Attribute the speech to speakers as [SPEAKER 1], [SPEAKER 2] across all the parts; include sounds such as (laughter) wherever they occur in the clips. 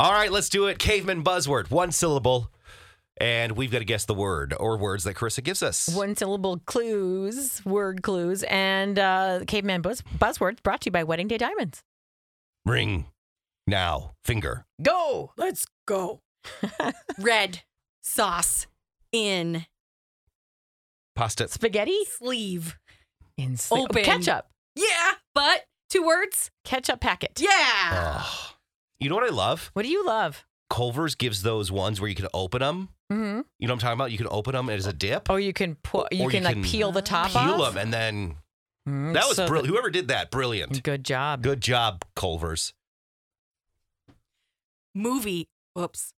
[SPEAKER 1] All right, let's do it. Caveman buzzword, one syllable. And we've got to guess the word or words that Carissa gives us.
[SPEAKER 2] One syllable clues, word clues, and uh, caveman buzz- buzzwords brought to you by Wedding Day Diamonds.
[SPEAKER 1] Ring. Now. Finger.
[SPEAKER 2] Go.
[SPEAKER 3] Let's go. Red sauce in
[SPEAKER 1] Pasta.
[SPEAKER 2] Spaghetti.
[SPEAKER 3] sleeve.
[SPEAKER 2] Insane.
[SPEAKER 3] Open.
[SPEAKER 2] Ketchup.
[SPEAKER 3] Yeah, but two words.
[SPEAKER 2] Ketchup packet.
[SPEAKER 3] Yeah.
[SPEAKER 2] Ah.
[SPEAKER 1] Ugh. You know what I love?
[SPEAKER 2] What do you love?
[SPEAKER 1] Culver's gives those ones where you can open them.
[SPEAKER 2] Mm-hmm.
[SPEAKER 1] You know what I'm talking about? You can open them as a dip.
[SPEAKER 2] Or you can pour, you
[SPEAKER 1] Or Oh, you
[SPEAKER 2] can like
[SPEAKER 1] can
[SPEAKER 2] peel the top
[SPEAKER 1] Peel
[SPEAKER 2] off.
[SPEAKER 1] them and then
[SPEAKER 2] Mm,
[SPEAKER 1] that was
[SPEAKER 2] so
[SPEAKER 1] brilliant. Whoever did that, brilliant.
[SPEAKER 2] Good job.
[SPEAKER 1] Good job, Culver's.
[SPEAKER 3] Movie. Whoops.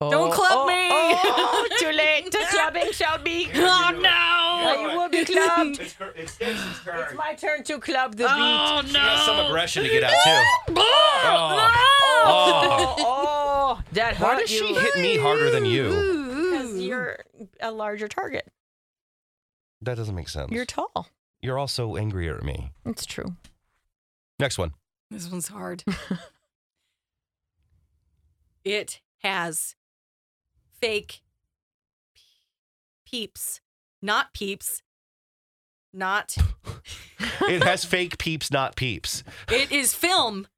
[SPEAKER 2] Oh,
[SPEAKER 3] Don't club
[SPEAKER 2] oh,
[SPEAKER 3] me.
[SPEAKER 2] Oh, too late. The clubbing shall be.
[SPEAKER 3] Oh no.
[SPEAKER 2] I
[SPEAKER 3] (laughs)
[SPEAKER 2] will be clubbed.
[SPEAKER 1] It's, it's Stacy's turn.
[SPEAKER 2] (laughs) It's my turn to club the beat.
[SPEAKER 3] Oh
[SPEAKER 1] She got some
[SPEAKER 3] no.
[SPEAKER 1] aggression to get out too.
[SPEAKER 2] (laughs)
[SPEAKER 3] (laughs)
[SPEAKER 2] Oh, oh, that hurt
[SPEAKER 1] Why does she
[SPEAKER 2] you.
[SPEAKER 1] hit me harder than you?
[SPEAKER 2] Because you're a larger target.
[SPEAKER 1] That doesn't make sense.
[SPEAKER 2] You're tall.
[SPEAKER 1] You're also angrier at me.
[SPEAKER 2] It's true.
[SPEAKER 1] Next one.
[SPEAKER 3] This one's hard. it has fake peeps, not peeps, not.
[SPEAKER 1] It has fake peeps, not peeps.
[SPEAKER 3] It is film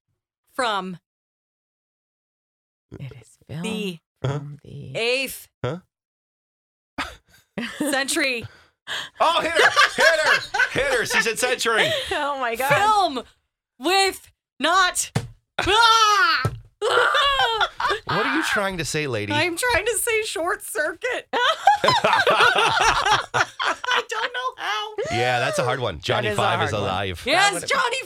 [SPEAKER 3] from
[SPEAKER 2] It is film
[SPEAKER 3] the
[SPEAKER 1] Uh-huh.
[SPEAKER 2] from the
[SPEAKER 3] eighth
[SPEAKER 1] Huh?
[SPEAKER 3] (laughs) century
[SPEAKER 1] Oh, hit her! Hit her! Hit her! She said century.
[SPEAKER 2] Oh my god.
[SPEAKER 3] film with not. (laughs) Ah!
[SPEAKER 1] What are you trying to say, lady? (laughs)
[SPEAKER 3] I'm trying to say short circuit. I don't know how.
[SPEAKER 1] yeah, that's a hard one. Johnny
[SPEAKER 2] is a
[SPEAKER 1] Five is
[SPEAKER 2] hard one.
[SPEAKER 1] alive.
[SPEAKER 3] Yes,
[SPEAKER 2] would've-
[SPEAKER 3] Johnny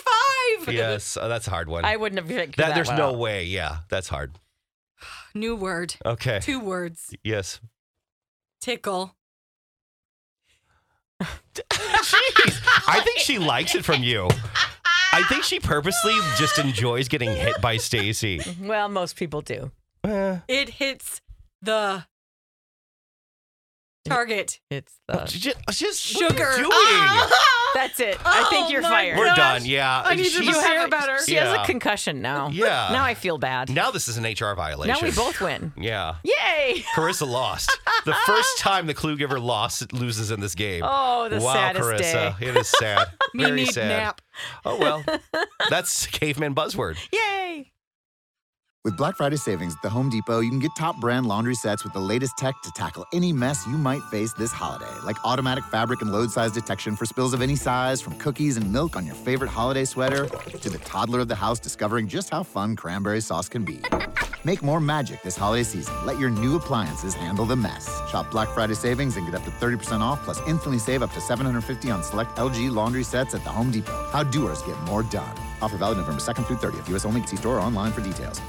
[SPEAKER 3] Five.
[SPEAKER 1] Yes, oh, that's a hard one.
[SPEAKER 2] I wouldn't have picked that.
[SPEAKER 1] that, there's
[SPEAKER 2] one
[SPEAKER 1] no
[SPEAKER 2] up.
[SPEAKER 1] way. Yeah, that's hard.
[SPEAKER 3] New word.
[SPEAKER 1] Okay.
[SPEAKER 3] Two words.
[SPEAKER 1] Yes.
[SPEAKER 3] Tickle.
[SPEAKER 1] I think she likes it from you. I think she purposely just enjoys getting hit by Stacy.
[SPEAKER 2] Well, most people do.
[SPEAKER 1] Eh.
[SPEAKER 3] It hits the target.
[SPEAKER 2] It's
[SPEAKER 1] Oh,
[SPEAKER 2] the.
[SPEAKER 1] j- just
[SPEAKER 3] Sugar.
[SPEAKER 1] What are you doing?
[SPEAKER 3] Ah!
[SPEAKER 2] That's it. I think
[SPEAKER 3] Oh
[SPEAKER 2] you're
[SPEAKER 3] my
[SPEAKER 2] fired.
[SPEAKER 1] We're
[SPEAKER 3] Gosh.
[SPEAKER 1] done. Yeah.
[SPEAKER 3] I need to
[SPEAKER 1] She's-
[SPEAKER 3] You have a-
[SPEAKER 2] She
[SPEAKER 1] Yeah.
[SPEAKER 2] has a concussion now.
[SPEAKER 1] Yeah.
[SPEAKER 2] Now I feel bad.
[SPEAKER 1] now this is an HR violation.
[SPEAKER 2] now we both win.
[SPEAKER 1] Yeah. (laughs)
[SPEAKER 2] Yay!
[SPEAKER 1] Carissa lost. The first time the clue giver lost loses in this game.
[SPEAKER 2] Oh, the
[SPEAKER 1] wow,
[SPEAKER 2] saddest
[SPEAKER 1] Carissa. It is sad.
[SPEAKER 3] Me
[SPEAKER 1] Very
[SPEAKER 3] need
[SPEAKER 1] sad.
[SPEAKER 3] nap.
[SPEAKER 1] Oh well. That's caveman buzzword.
[SPEAKER 2] day. Yay!
[SPEAKER 4] With Black Friday savings at the Home Depot, you can get top brand laundry sets with the latest tech to tackle any mess you might face this holiday, like automatic fabric and load size detection for spills of any size, from cookies and milk on your favorite holiday sweater to the toddler of the house discovering just how fun cranberry sauce can be. Make more magic this holiday season. Let your new appliances handle the mess. Shop Black Friday savings and get up to 30% off, plus instantly save up to 750 on select LG laundry sets at the Home Depot. How doers get more done. Offer valid November 2nd through 30th. U.S. only. See store or online for details.